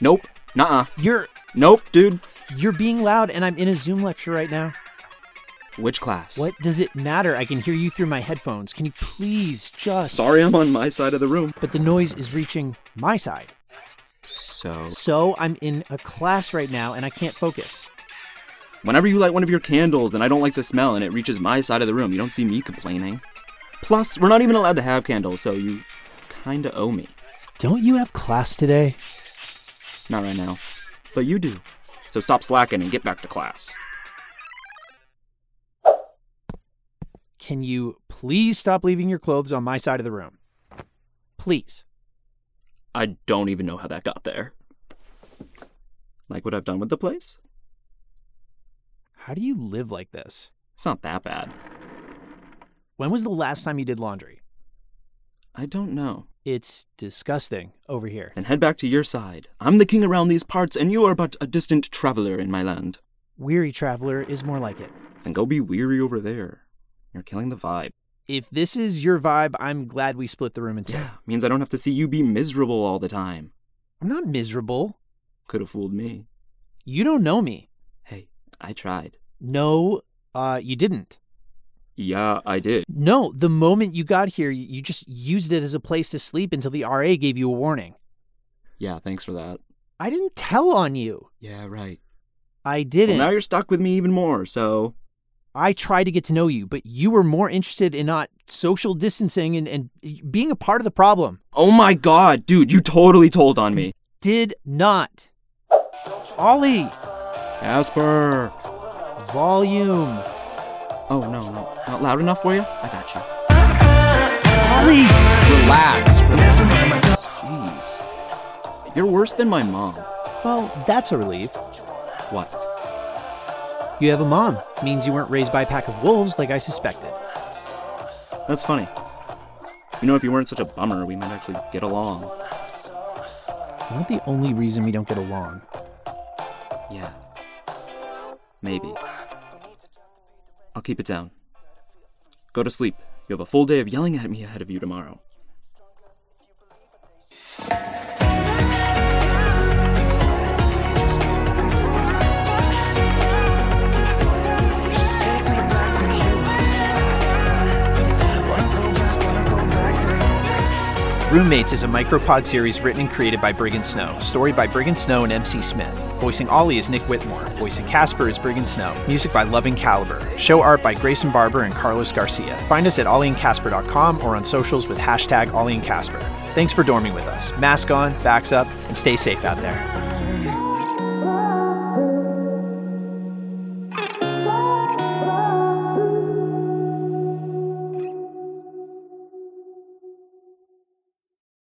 Nope. Nuh-uh. You're Nope, dude. you're being loud and I'm in a Zoom lecture right now. Which class? What does it matter? I can hear you through my headphones. Can you please just Sorry, I'm on my side of the room. But the noise is reaching my side. So, So I'm in a class right now and I can't focus. whenever you light one of your candles and I don't like the smell and it reaches my side of the room, you don't see me complaining. Plus, we're not even allowed to have candles, so you kinda owe me. Don't you have class today? Not right now. But you do. So stop slacking and get back to class. Can you please stop leaving your clothes on my side of the room? Please. I don't even know how that got there. Like what I've done with the place? How do you live like this? It's not that bad. When was the last time you did laundry? I don't know. It's disgusting over here. Then head back to your side. I'm the king around these parts, and you are but a distant traveler in my land. Weary traveler is more like it. Then go be weary over there. You're killing the vibe. If this is your vibe, I'm glad we split the room in two. Yeah, means I don't have to see you be miserable all the time. I'm not miserable. Could have fooled me. You don't know me. Hey, I tried. No, uh, you didn't. Yeah, I did. No, the moment you got here, you you just used it as a place to sleep until the RA gave you a warning. Yeah, thanks for that. I didn't tell on you. Yeah, right. I didn't. Well, now you're stuck with me even more, so. I tried to get to know you, but you were more interested in not social distancing and, and being a part of the problem. Oh my god, dude, you totally told on me. Did not. Ollie, Asper! volume. Oh, no, no. Not loud enough for you? I got you. Ollie! Relax. relax. Jeez. You're worse than my mom. Well, that's a relief. What? You have a mom. Means you weren't raised by a pack of wolves like I suspected. That's funny. You know, if you weren't such a bummer, we might actually get along. Not the only reason we don't get along. Yeah. Maybe. I'll keep it down. Go to sleep. You have a full day of yelling at me ahead of you tomorrow. Roommates is a micropod series written and created by Brigham Snow. Story by Brigham Snow and MC Smith. Voicing Ollie is Nick Whitmore. Voicing Casper is Brigham Snow. Music by Loving Caliber. Show art by Grayson Barber and Carlos Garcia. Find us at ollieandcasper.com or on socials with hashtag Ollie and Casper. Thanks for dorming with us. Mask on, backs up, and stay safe out there.